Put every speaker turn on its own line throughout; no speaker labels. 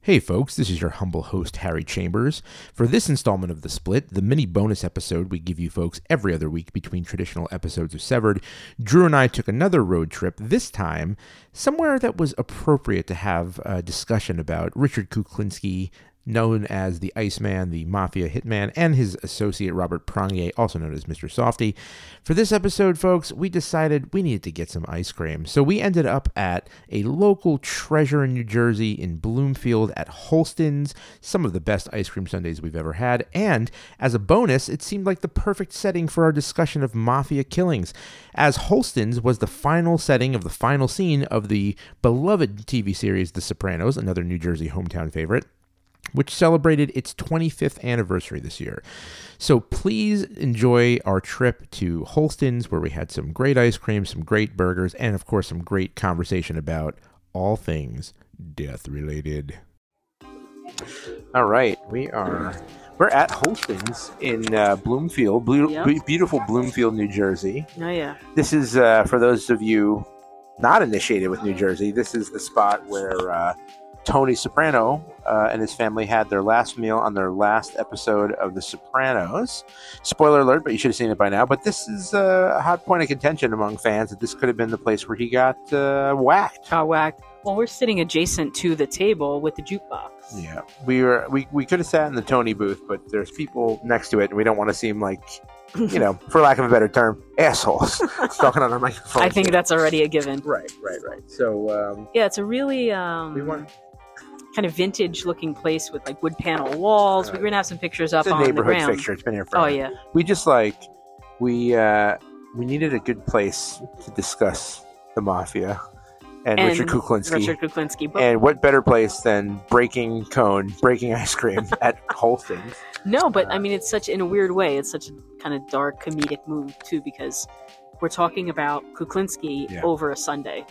Hey folks, this is your humble host, Harry Chambers. For this installment of The Split, the mini bonus episode we give you folks every other week between traditional episodes of Severed, Drew and I took another road trip, this time somewhere that was appropriate to have a discussion about Richard Kuklinski, known as the Iceman, the Mafia Hitman, and his associate Robert Prangier, also known as Mr. Softy. For this episode, folks, we decided we needed to get some ice cream. So we ended up at a local treasure in New Jersey in Bloomfield at Holston's, some of the best ice cream sundaes we've ever had. And as a bonus, it seemed like the perfect setting for our discussion of mafia killings, as Holston's was the final setting of the final scene of the beloved TV series The Sopranos, another New Jersey hometown favorite which celebrated its 25th anniversary this year. So please enjoy our trip to Holston's, where we had some great ice cream, some great burgers, and of course, some great conversation about all things death related. All right, we are. We're at Holston's in uh, Bloomfield, blue,
Yep.
be- beautiful Bloomfield, New Jersey.
Oh yeah.
This is uh, for those of you not initiated with New Jersey. This is the spot where uh, Tony Soprano uh, and his family had their last meal on their last episode of The Sopranos. Spoiler alert, but you should have seen it by now. But this is uh, a hot point of contention among fans that this could have been the place where he got uh, whacked.
Got whacked. Well, we're sitting adjacent to the table with the jukebox.
Yeah, we were we, we could have sat in the Tony booth, but there's people next to it, and we don't want to seem like you know, for lack of a better term, assholes talking on our microphone.
I think that's already a given.
right, right, right. So um,
Yeah, it's a really um,
we want
kind of vintage looking place with like wood panel walls. We're gonna have some pictures up
it's a
on the
neighborhood
ground.
fixture. It's been here forever.
Oh yeah.
We just like we uh, we needed a good place to discuss the mafia and,
And
Richard Kuklinski.
Richard Kuklinski. But
and what better place than breaking cone, breaking ice cream at Holston's?
no,
uh,
but I mean it's such in a weird way, it's such a kind of dark comedic move too, because we're talking about Kuklinski
Yeah.
over a Sunday.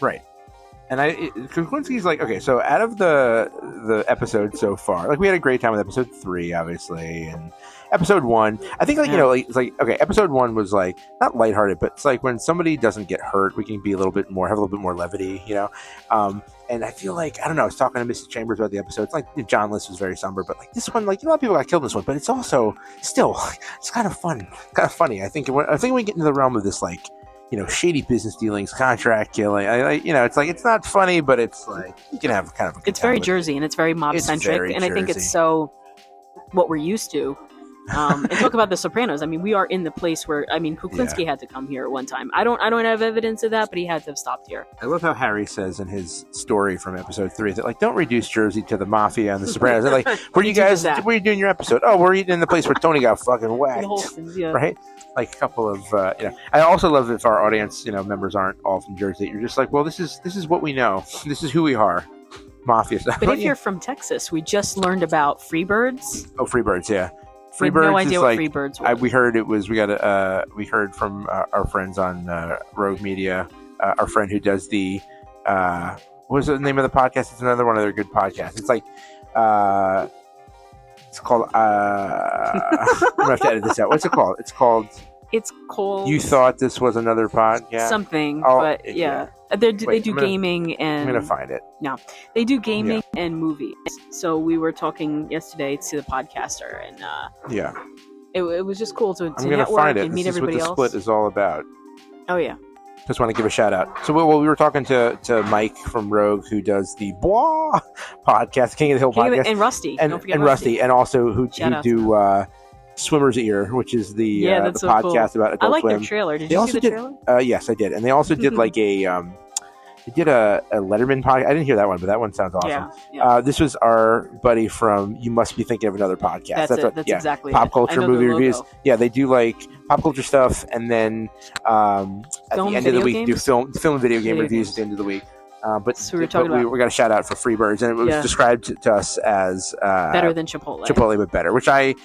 And I it- Kuklinski's like, okay, so out of the the episodes so far, like we had a great time with episode three, obviously, and episode one. I think like you
Yeah.
know, like it's like okay, episode one was like not lighthearted, but it's like when somebody doesn't get hurt, we can be a little bit more have a little bit more levity, you know. Um, and I feel like I don't know. I was talking to Mrs. Chambers about the episode. It's like you know, John List was very somber, but like this one, like a lot of people got killed in this one, but it's also still it's kind of fun, kind of funny. I think when- I think when we get into the realm of this like you know, shady business dealings, contract killing. I, I, you know, it's like it's not funny, but it's like you can have kind of. A good
It's very
time with
Jersey and it's very mob centric,
very
and I think it's
Jersey.
so what we're used to. Um, and talk about the Sopranos. I mean, we are in the place where I mean Kuklinski had to come here at one time. I don't, I don't have evidence of that, but he had to have stopped here.
it. I love how Harry says in his story from episode three that like don't reduce Jersey to the mafia and the Sopranos. They're like, were you
do
guys?
that.
Were you doing your episode? Oh, we're eating in the place where Tony got fucking
The
whacked.
Holstons, yeah.
right? Like a couple of, uh, you know. I also love if our audience, you know, members aren't all from Jersey. You're just like, well, this is this is what we know. This is who we are, mafia.
But if you're from Texas, we just learned about freebirds.
oh, Freebirds, yeah,
We
Freebirds
have no idea
is
what
like
freebirds were.
I, we heard it was we got a, uh, we heard from uh, our friends on uh, Rogue Media, uh, our friend who does the uh, what was the name of the podcast? It's another one of their good podcasts. It's like uh, it's called. Uh, I'm gonna have to edit this out. What's it called? It's called.
it's called
You thought this was another podcast?
something,
Oh,
but
yeah.
yeah, They're- they
Wait,
do
I'm gonna-
gaming
I'm
and
gonna find it.
they do gaming and movies. So we were talking yesterday to the podcaster, and uh,
Yeah,
it, it was just cool to, to
I'm gonna
network
find it.
and meet
This is what
everybody
the
else.
split is all about.
oh yeah,
just want to give a shout out. So, well, we were talking to, to Mike from Rogue, who does the Bois podcast, King of the Hill
King of the-
podcast,
and Rusty,
Oh, and,
don't forget
and Rusty. and also who,
Shout
who
out to
do uh, Swimmer's Ear, which is the uh,
Yeah,
the
that's so cool.
podcast about Adult
I like
Swim.
their trailer. Did
They
you
also
see the
did-
trailer?
uh, yes, I did, and they also did like a um, they did a, a Letterman podcast. I didn't hear that one, but that one sounds awesome.
Yeah, yeah.
Uh, this was our buddy from You Must Be Thinking of Another Podcast.
that's, it.
what,
that's
yeah,
exactly
pop
it. I
culture
know the
movie reviews.
logo.
yeah, they do like pop culture stuff, and then um, at
Film,
the end of the
video
week, do
games?
film, film and video game
Video
reviews
games.
at the end of the week. Uh, but
So we were
but
talking
we,
about-
we got a shout out for Freebirds, and it was
Yeah.
described to, to us as uh,
better than Chipotle.
Chipotle, but better. Which I,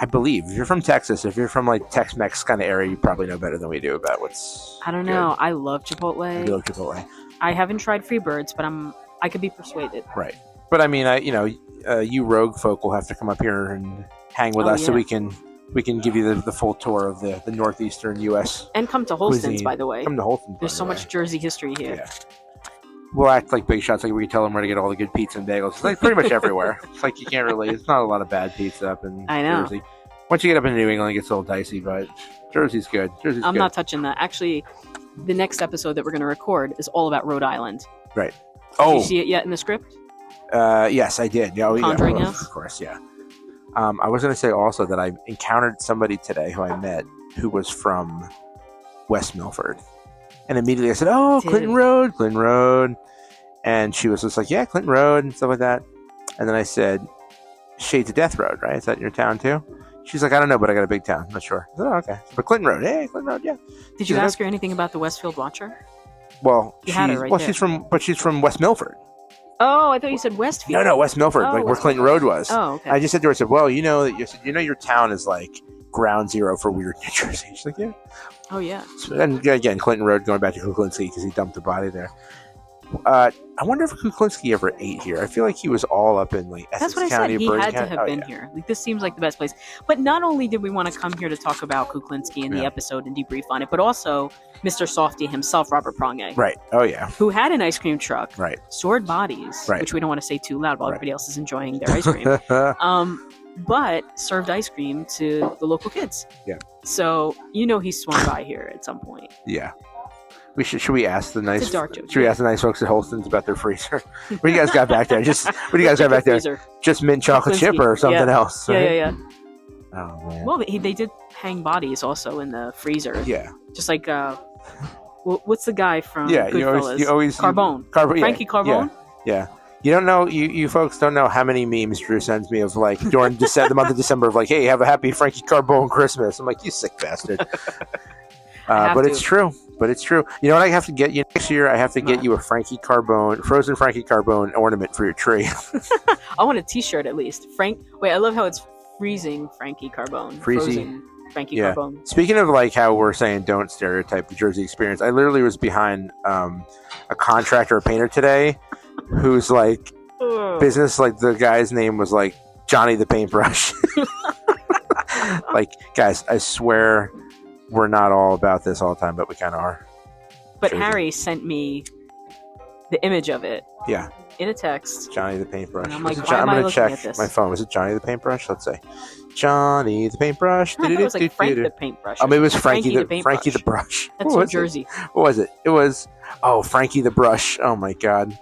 I believe, if you're from Texas, if you're from like Tex-Mex kind of area, you probably know better than we do about what's.
I don't
good.
know. I love
I
Chipotle.
love Chipotle,
I haven't tried Freebirds, but I'm I could be persuaded.
right? But I mean, I you know, uh, you rogue folk will have to come up here and hang with
Oh,
us so
yeah.
we can we can give you the, the full tour of the, the northeastern U.S.
And come to Holston's,
Cuisine.
by the way.
Come to Holton. by
There's so
the way.
much Jersey history here.
Yeah. We'll act like big shots, like we can tell them where to get all the good pizza and bagels. It's like pretty much everywhere. It's like you can't really. It's not a lot of bad pizza up in
I know.
Jersey. Once you get up into New England, it gets a little dicey, but Jersey's good. Jersey's
I'm
good.
not touching that. Actually, the next episode that we're going to record is all about Rhode Island. Did
oh,
you see it yet in the script?
uh, yes, I did. Yeah, oh, yeah,
Conjuring
of course,
House?
of course, yeah. Um, I was going to say also that I encountered somebody today who I met who was from West Milford, and immediately I said, "Oh,
Dude.
Clinton Road, Clinton Road," and she was just like, "Yeah, Clinton Road" and stuff like that. And then I said, "Shades of Death Road, right? Is that in your town too?" She's like, "I don't know, but I got a big town. I'm not sure." I said, oh, okay, but Clinton Road, hey, Clinton Road, yeah.
Did you
Yeah.
ask her anything about the Westfield Watcher?
Well,
You had her
she's-
right
well,
there.
she's from, but she's from West Milford.
Oh, I thought you said Westfield.
No, no, West Milford,
Oh,
like where
West
Clinton Road was.
Oh, okay.
I just said to her, I said, "Well, you know, you said, you know, your town is like ground zero for weird New Jersey." She's like, "Yeah."
oh, yeah.
So, and again, Clinton Road going back to Kuklinski because he dumped the body there. Uh, I wonder if Kuklinski ever ate here. I feel like he was all up in like Essex
That's what I
County,
said. He
Bergen
had to
County.
have
Oh,
been
yeah.
here. Like this seems like the best place. But not only did we want to come here to talk about Kuklinski in
Yeah.
the episode and debrief on it, but also Mr. Softy himself, Robert Prange,
Right. Oh yeah.
who had an ice cream truck,
Right.
stored bodies,
Right.
which we don't want to say too loud while
Right.
everybody else is enjoying their ice cream. um, but served ice cream to the local kids.
Yeah.
So you know he swung by here at some point.
yeah. We should should we ask the nice
dark joke.
should we ask the nice folks at Holston's about their freezer? what do you guys got back there? Just what do you guys got back there?
Freezer.
Just mint chocolate
Kuklinski.
chip or something else?
Yeah,
right?
yeah, yeah.
Oh man.
Well, he, they did hang bodies also in the freezer,
yeah.
just like uh, wh- what's the guy from
yeah. You
um, Goodfellas?
always you always
Carbone,
Carbo- yeah,
Frankie
yeah.
Carbone.
Yeah. You don't know, you, you folks don't know how many memes Drew sends me of like during Dece- the month of December of like, hey, have a happy Frankie Carbone Christmas. I'm like, you sick bastard. Uh,
have
but
to.
it's true. But it's true. You know what? I have to get you next year. I have to get
What?
you a Frankie Carbone, frozen Frankie Carbone ornament for your tree.
I want a T-shirt at least. Frank, wait, I love how it's freezing Frankie Carbone.
Freezing.
Frozen Frankie
Yeah.
Carbone.
Speaking of like how we're saying don't stereotype the Jersey experience, I literally was behind um, a contractor, a painter today, who's like
Ugh.
business like the guy's name was like Johnny the paintbrush. like guys, I swear we're not all about this all the time, but we kind of are.
But
Jersey.
Harry sent me the image of it
Yeah,
in a text.
Johnny the paintbrush.
And I'm
Was
like,
it Jo-
why am I
gonna
looking
check
at this?
my phone. Was it Johnny the paintbrush? Let's say Johnny the paintbrush.
I thought it was like Frank the
Do-do-do-do-do.
paintbrush.
Oh, maybe it was Frankie,
Frankie
the,
the paintbrush.
Frankie the brush. what
That's New
was it?
Jersey.
What was it? It was oh Frankie the brush. Oh my god.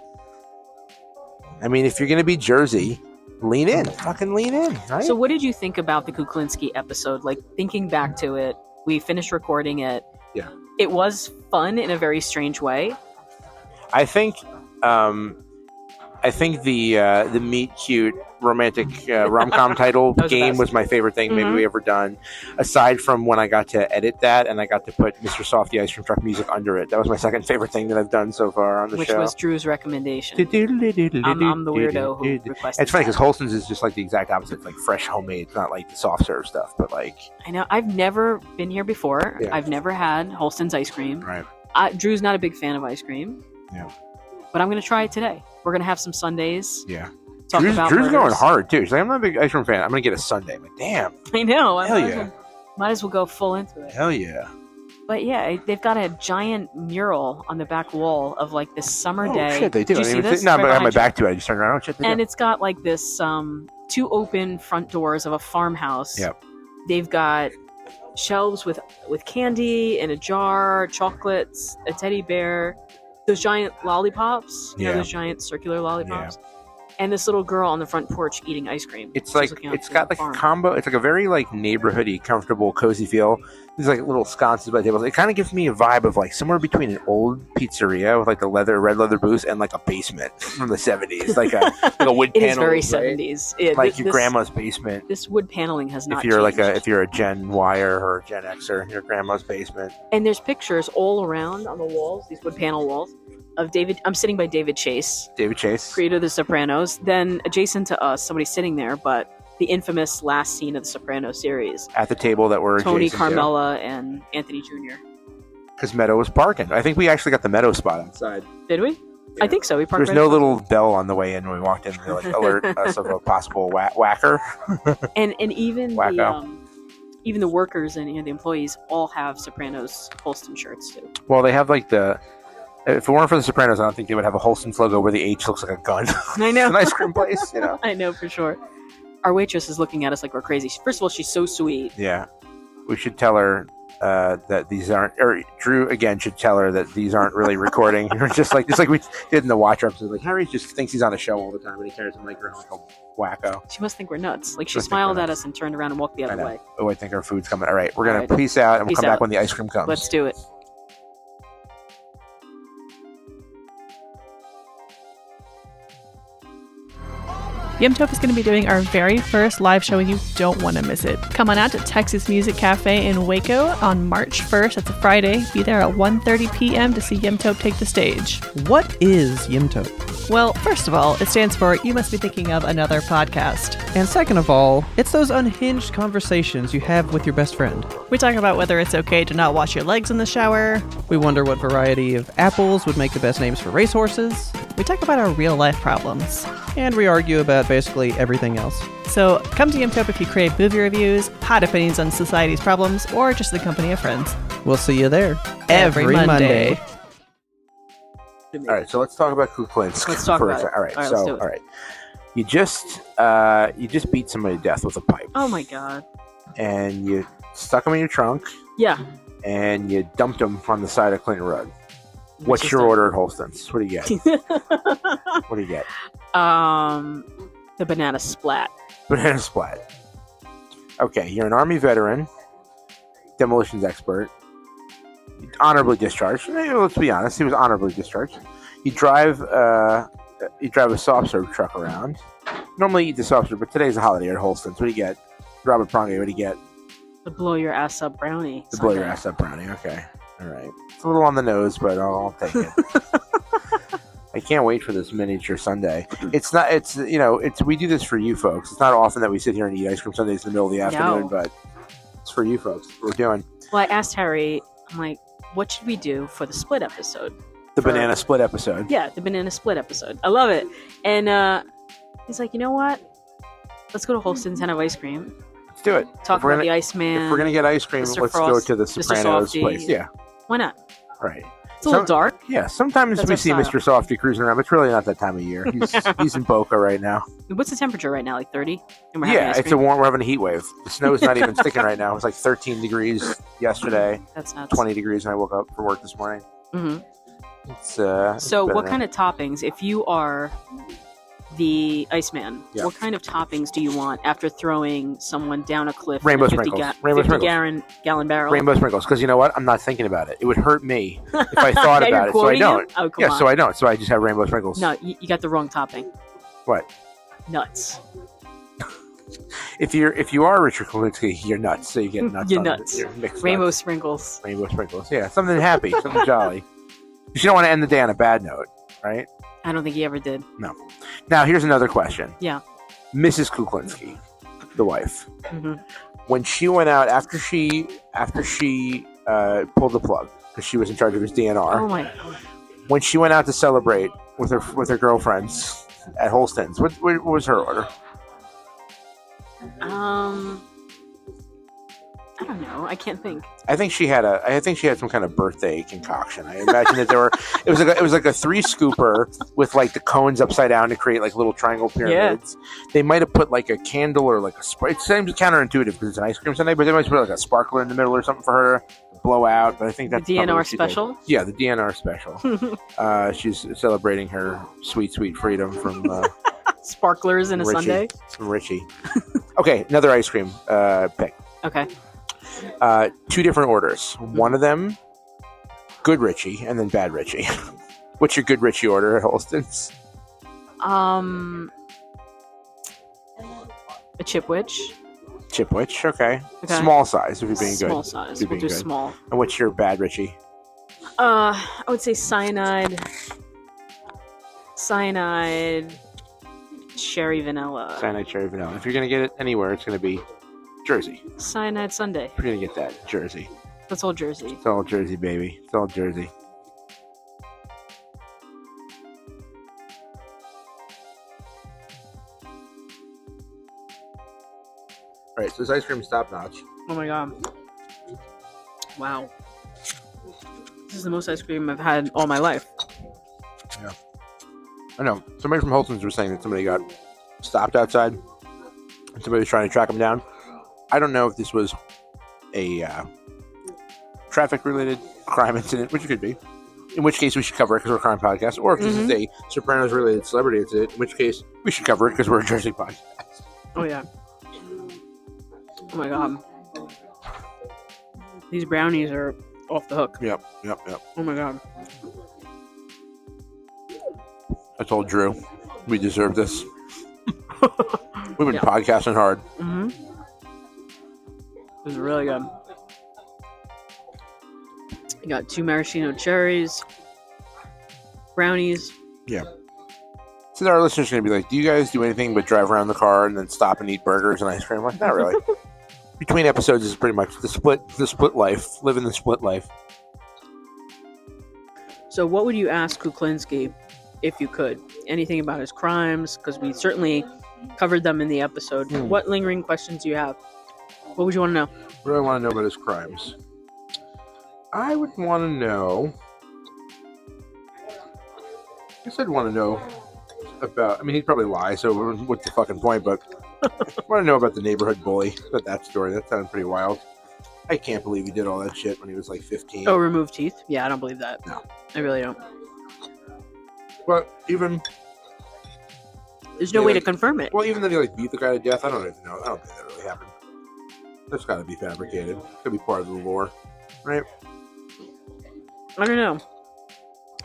I mean, if you're gonna be Jersey, lean in. Fucking lean in, right?
So, what did you think about the Kuklinski episode? Like, thinking back to it, we finished recording it.
Yeah.
It was fun in a very strange way.
I think, um, I think the uh, the meet cute romantic uh, rom com title
That was the
game
best.
was my favorite thing maybe
Mhm.
we ever done. Aside from when I got to edit that and I got to put Mr. Softy Ice Cream Truck music under it, that was my second favorite thing that I've done so far on the
which
show.
was Drew's recommendation. I'm,
I'm,
I'm the weirdo who requested.
It's funny because Holston's is just like the exact opposite. It's like fresh homemade, It's not like the soft serve stuff, but like
that. I know. I've never been here before.
Yeah.
I've never had Holston's ice cream.
right.
I, Drew's not a big fan of ice cream.
Yeah.
But I'm gonna try it today. We're gonna have some Sundays.
Yeah,
Talk
Drew's,
about
Drew's going
murders.
hard too. She's like, I'm not a big ice cream fan. I'm gonna get a Sunday. I'm like, damn,
I know. I
Hell
might,
yeah.
as well, might as well go full into it.
hell yeah.
But yeah, it- they've got a giant mural on the back wall of like this summer
Oh,
day.
shit, they do.
Did you
I
see
didn't even
this?
see- No,
Right
but I had my
behind you.
back to it. I just turned around. Oh, shit, they
And
do.
it's got like this um, two open front doors of a farmhouse.
Yep.
They've got shelves with with candy in a jar, chocolates, a teddy bear, those giant lollipops. You
Yeah.
know those giant circular lollipops. And this little girl on the front porch eating ice cream.
It's
She's
like
looking out
it's
to
got
the
like a
farm.
combo. It's like a very like neighborhoody, comfortable, cozy feel. There's like little sconces by tables. It kind of gives me a vibe of like somewhere between an old pizzeria with like the leather, red leather booths, and like a basement from the '70s, like a like a wood
It
panel.
is very seventies.
like your grandma's basement.
This wood paneling has
If
not.
you're like a
changed.
if you're a Gen Wire or a Gen Xer, your grandma's basement.
and there's pictures all around on the walls, these wood panel walls, of David. I'm sitting by David Chase,
David Chase.
creator of The Sopranos. Then adjacent to us, somebody's sitting there, but the infamous last scene of the Soprano series.
at the table that we're
Tony Carmella and Anthony Jr.
because Meadow was parking. I think we actually got the Meadow spot outside.
Did we? I think so. We
There
parked
was
right
no
up-
little bell on the way in when we walked in to like alert us of a possible wha- whacker.
and and even
Wacko.
the um, even the workers and you know, the employees all have Sopranos Holston shirts too.
Well, they have like the. If it weren't for the Sopranos, I don't think they would have a Holston's logo where the H looks like a gun.
I
it's
know.
an ice cream place, you know.
I know for sure. Our waitress is looking at us like we're crazy. First of all, she's so sweet.
Yeah, we should tell her uh, that these aren't. Or Drew again should tell her that these aren't really recording. You're just like just like we did in the Watcher episode. Like Harry just thinks he's on a show all the time, and he carries a microphone like a wacko.
She must think we're nuts. Like she
Must think we're
smiled at
nuts.
us and turned around and walked the
I
other
know.
way.
Oh, I think our food's coming. All right, we're gonna
All right.
peace out, and we'll
Peace
come back
out.
when the ice cream comes.
Let's do it.
Yumtop is going to be doing our very first live show, and you don't want to miss it. Come on out to Texas Music Cafe in Waco on March 1st. That's a Friday. Be there at 1.30 p.m. to see Yumtop take the stage.
What is Yimtope?
Well, first of all, it stands for You Must Be Thinking of Another Podcast.
And second of all, it's those unhinged conversations you have with your best friend.
We talk about whether it's okay to not wash your legs in the shower.
We wonder what variety of apples would make the best names for racehorses,
We talk about our real life problems.
and we argue about basically everything else.
So come to Yumtop if you crave movie reviews, hot opinions on society's problems, or just the company of friends.
We'll see you there
Every Monday.
All right, so let's talk about Kuklinsk.
Let's talk
for a
about it.
sec- All right,
All right, let's
so
do it.
all right, you just uh, you just beat somebody to death with a pipe,
Oh my god.
and you stuck them in your trunk,
Yeah.
and you dumped them on the side of Clinton Road. What's
Just
your
a-
order at Holston's? What do you get? what do you get?
um, the banana splat.
Banana splat. Okay, you're an army veteran, demolitions expert, honorably discharged. Eh, Let's be honest, he was honorably discharged. You drive, uh, you drive a soft serve truck around. Normally you eat the soft serve, but today's a holiday at Holston's. What do you get? Robert Pronge, what do you get?
The blow your ass up brownie.
The blow your
Sunday.
ass up brownie. Okay, all right. It's a little on the nose, but I'll, I'll take it. I can't wait for this miniature Sunday. It's not. It's you know. It's we do this for you folks. It's not often that we sit here and eat ice cream Sundays in the middle of the afternoon,
No.
but it's for you folks. We're doing
Well, I asked Harry, I'm like, what should we do for the split episode?
the
For-
banana split episode.
Yeah, the banana split episode. I love it. And uh, he's like, you know what? Let's go to Holston's and have ice cream.
Let's do it.
Talk
If we're
about the
gonna-
Iceman.
If we're gonna get ice cream,
Mr.
let's go
Frost,
to the
Mr.
Sopranos
Softy.
place. Yeah,
Why not?
right.
It's a little
So-
dark.
Yeah, sometimes
That's
we
our
see
style.
Mr. Softy cruising around, but it's really not that time of year. He's, he's in Boca right now.
What's the temperature right now? Like 30? And we're having
Yeah,
ice
it's a
cream?
warm. We're having a heat wave. The snow's not even sticking right now. It was like 13 degrees yesterday,
That's not
20 degrees when I woke up for work this morning.
hmm
It's uh. it's
So,
been
what
a-
kind of toppings, if you are the Iceman,
Yeah.
what kind of toppings do you want after throwing someone down a cliff?
Rainbow
in a 50
sprinkles.
Ga-
Rainbow
50
sprinkles.
gallon, gallon barrel.
rainbow sprinkles? Because you know what? I'm not thinking about it. It would hurt me if I thought
Now you're
about it, so I
quoting him?
don't.
Oh, come
Yeah,
on.
so I don't. So I just have rainbow sprinkles.
No, you, you got the wrong topping.
What?
Nuts.
If you're if you are Richard Kalinske, you're nuts. So you get nuts.
You're
on it.
nuts.
You're mixed
Rainbow
nuts.
sprinkles.
Rainbow sprinkles. Yeah, something happy, something jolly. 'Cause you don't want to end the day on a bad note, right?
I don't think he ever did.
Now here's another question.
Yeah.
Mrs. Kuklinski, the wife.
hmm
Uh, when she went out after she after she uh, pulled the plug because she was in charge of his DNR.
Oh my!
When she went out to celebrate with her with her girlfriends at Holston's, what, what was her order?
Um, I don't know. I can't think.
I think she had a I think she had some kind of birthday concoction. I imagine that there were it was like a, it was like a three scooper with like the cones upside down to create like little triangle pyramids. They might have put like a candle or like a spark. It seems counterintuitive because it's an ice cream Sunday, but they might have put like a sparkler in the middle or something for her to blow out. But I think
The
that's probably
DNR
what she did.
special.
Yeah, the DNR special. uh, she's celebrating her sweet, sweet freedom from uh,
Sparklers in a
Richie.
Sunday.
from Richie. Okay, another ice cream uh, pick.
Okay.
Uh, two different orders. One of them, good Richie, and then bad Richie. What's your good Richie order at Holston's?
Um, a chip witch.
Chipwich, okay.
Okay.
Small size if you're being
small
good.
size.
You're
We'll
being
do
good.
small.
And what's your bad Richie?
Uh, I would say cyanide. cyanide, cherry vanilla,
Cyanide cherry vanilla. If you're gonna get it anywhere, it's gonna be Jersey.
cyanide Sunday.
If you're gonna get that, Jersey.
That's all Jersey.
It's all Jersey, baby. It's all Jersey. All right, so this ice cream is top notch.
Oh my god! Wow, this is the most ice cream I've had all my life.
I know somebody from Holton's was saying that somebody got stopped outside. and Somebody was trying to track them down. I don't know if this was a uh, traffic-related crime incident, which it could be. In which case, we should cover it because we're a crime podcast, or if this is a Sopranos-related celebrity incident, in which case we should cover it because we're a Jersey podcast.
Oh yeah. Oh my god. These brownies are off the hook.
Yep, yep, yep.
Oh my god.
I told Drew we deserve this. We've been podcasting hard.
Mm-hmm. This is really good. You got two maraschino cherries, brownies.
So then our listeners are going to be like, "Do you guys do anything but drive around the car and then stop and eat burgers and ice cream?" I'm like, not really. Between episodes is pretty much the split, the split life, living the split life.
So, what would you ask Kuklinski if you could? Anything about his crimes? Because we certainly covered them in the episode.
Hmm.
What lingering questions do you have? What would you want to know?
What do I want to know about his crimes? I would want to know. I guess I'd want to know about. I mean, he'd probably lie, so what's the fucking point? But I want to know about the neighborhood bully. About that story. That sounded pretty wild. I can't believe he did all that shit when he was like 15.
Oh, remove teeth? Yeah, I don't believe that.
No.
I really don't.
But even
There's no
Yeah,
way to
like-
confirm it.
Well, even then he like beat the guy to death. I don't even know. I don't think that really happened. That's got to be fabricated. Could be part of the lore, right?
I don't know.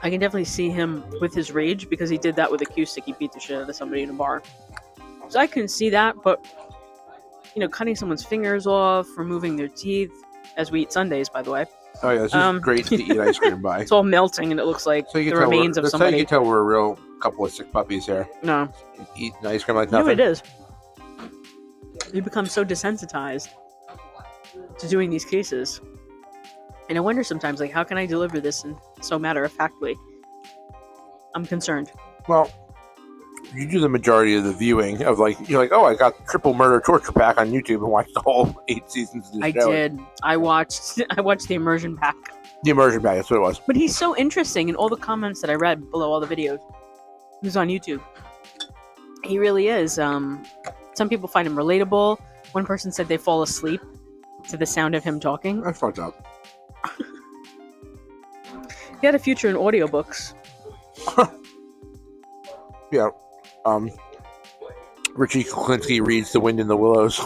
I can definitely see him with his rage because he did that with a cue stick. He beat the shit out of somebody in a bar. So I can see that, but you know, cutting someone's fingers off, removing their teeth, as we eat Sundays, by the way,
Oh yeah, it's just
Um,
great to eat ice cream by.
it's all melting and it looks like
So you
the
can tell we're-
remains of
that's how you
somebody.
can tell we're a real couple of sick puppies here.
No,
Eating ice cream like
you know what
nothing.
it is. You become so desensitized to doing these cases, and I wonder sometimes, like, how can I deliver this in so matter of factly? I'm concerned.
Well, you do the majority of the viewing of like you're like, oh, I got triple murder torture pack on YouTube and watched the whole eight seasons of the
I
show.
did. I watched. I watched the immersion pack.
The immersion pack. That's what it was.
But he's so interesting in all the comments that I read below all the videos. Who's on YouTube? He really is. Um, some people find him relatable. One person said they fall asleep to the sound of him talking.
That's fucked up.
He had a future in audiobooks.
Yeah. Um. Richie Kuklinski reads The Wind in the Willows.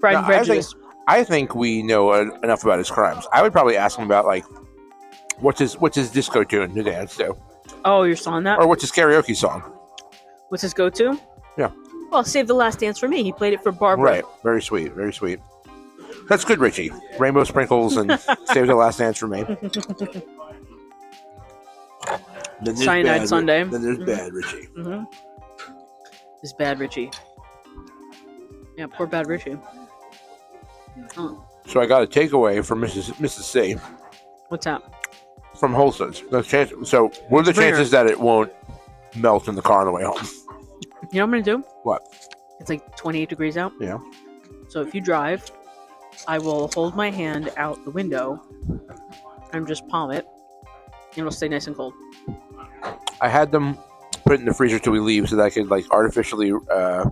Pride
No, I
and
think-
Prejudice.
I think we know en- enough about his crimes. I would probably ask him about like what's his what's his disco tune to dance to,
Oh, you're still on that.
or what's his karaoke song.
What's his go-to?
Yeah.
Well, save the last dance for me. He played it for Barbara.
Right, very sweet, very sweet. That's good, Richie. Rainbow sprinkles and save the last dance for me. Then there's
Cyanide
Ri-
Sunday.
Then there's
Mhm.
bad Richie.
Mm-hmm. This bad Richie. Yeah, poor bad Richie. Oh,
So I got a takeaway from Mrs. Mrs. C
what's up?
from Holson's. The chance, so what are the
Bring her.
chances that it won't melt in the car on the way home?
You know what I'm gonna do?
What?
It's like 28 degrees out.
Yeah.
So if you drive, I will hold my hand out the window and just palm it, and it'll stay nice and cold.
I had them put in the freezer till we leave so that I could like artificially uh,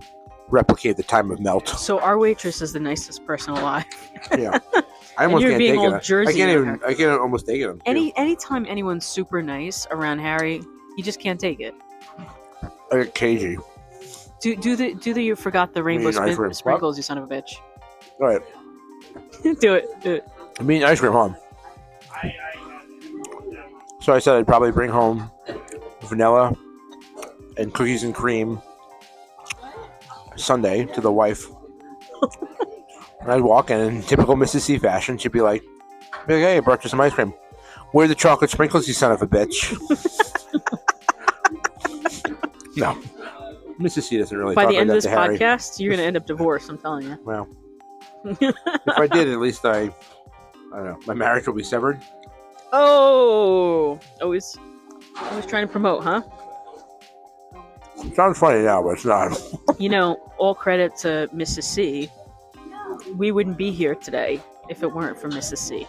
replicate the time of melt.
So our waitress is the nicest person alive.
Yeah. I almost
you're
can't
being
take
old
it.
Jersey
I can't
over
even I can't almost take it. I'm-
Any anytime anyone's super nice around Harry, you just can't take it.
I got uh, cagey.
Do do the do the you forgot the rainbow
mean ice
spin-
cream? What?
sprinkles, you son of a bitch.
All right.
do it. Do it.
I'm eating ice cream home. So I said I'd probably bring home vanilla and cookies and cream Sunday to the wife. and I'd walk in, in typical Mrs. C fashion. She'd be like, be like, hey, I brought you some ice cream. Where are the chocolate sprinkles, you son of a bitch? No. Mrs. C doesn't really
By
talk
the
like
end
that
of this
to Harry.
podcast, you're going to end up divorced. I'm telling you.
Well, if I did, at least I, I don't know, my marriage will be severed.
Oh, always, always trying to promote, huh?
Sounds funny now, but it's not.
You know, all credit to Mrs. C. We wouldn't be here today if it weren't for Mrs. C.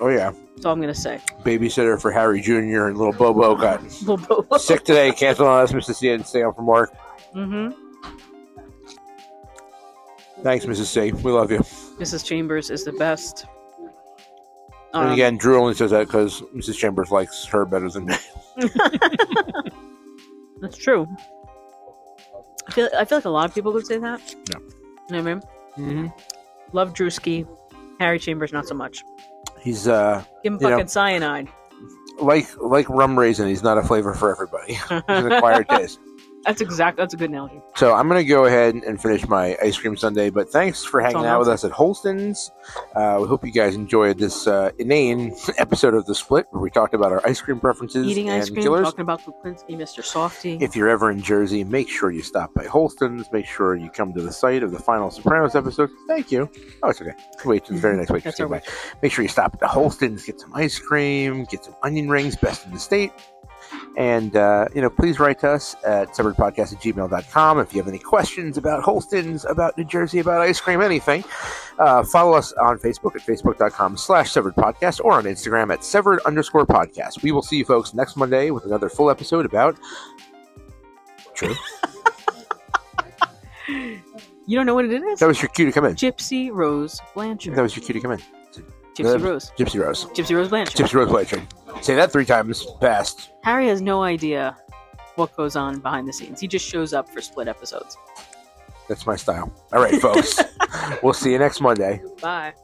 Oh yeah,
That's all I'm going to say.
babysitter for Harry Jr. and little Bobo got
mm-hmm.
sick today. Canceled on us, Mrs. C. Didn't stay home from work. Mm-hmm. Thanks, Mrs. C. We love you.
Mrs. Chambers is the best.
and
Um,
again, Drew only says that because Mrs. Chambers likes her better than me.
That's true. I feel, I feel like a lot of people would say that.
Yeah.
You know what I mean? Mm-hmm. Love Drewski. Harry Chambers, not so much.
He's uh
Give him
You know-
fucking cyanide.
like like rum raisin. He's not a flavor for everybody. He's an acquired taste.
That's exact. That's a good analogy.
So I'm gonna go ahead and finish my ice cream sundae. But thanks for hanging
all
out with us at Holston's. Uh, we hope you guys enjoyed this uh, inane episode of the Split, where we talked about our ice cream preferences
Eating
and
ice cream,
killers.
talking about Kuklinski, Mr. Softy.
If you're ever in Jersey, make sure you stop by Holston's. Make sure you come to the site of the final Sopranos episode. Thank you. Oh, it's okay. Wait till the very next week.
That's
Say
our
bye. Make sure you stop at the Holston's, get some ice cream, get some onion rings, best in the state. And, uh, you know, please write to us at severedpodcast at gmail.com if you have any questions about Holston's, about New Jersey, about ice cream, anything. Uh, follow us on Facebook at facebook.com slash severed podcast or on Instagram at severed underscore podcast. We will see you folks next Monday with another full episode about. True.
you don't know what it is?
That was your cue to come in.
Gypsy Rose Blanchard.
That was your cue to come in.
Gypsy
that-
Rose.
Gypsy Rose.
Gypsy Rose Blanchard.
Gypsy Rose Blanchard. Say that three times fast.
Harry has no idea what goes on behind the scenes. He just shows up for split episodes.
That's my style. All right, folks. we'll see you next Monday.
Bye.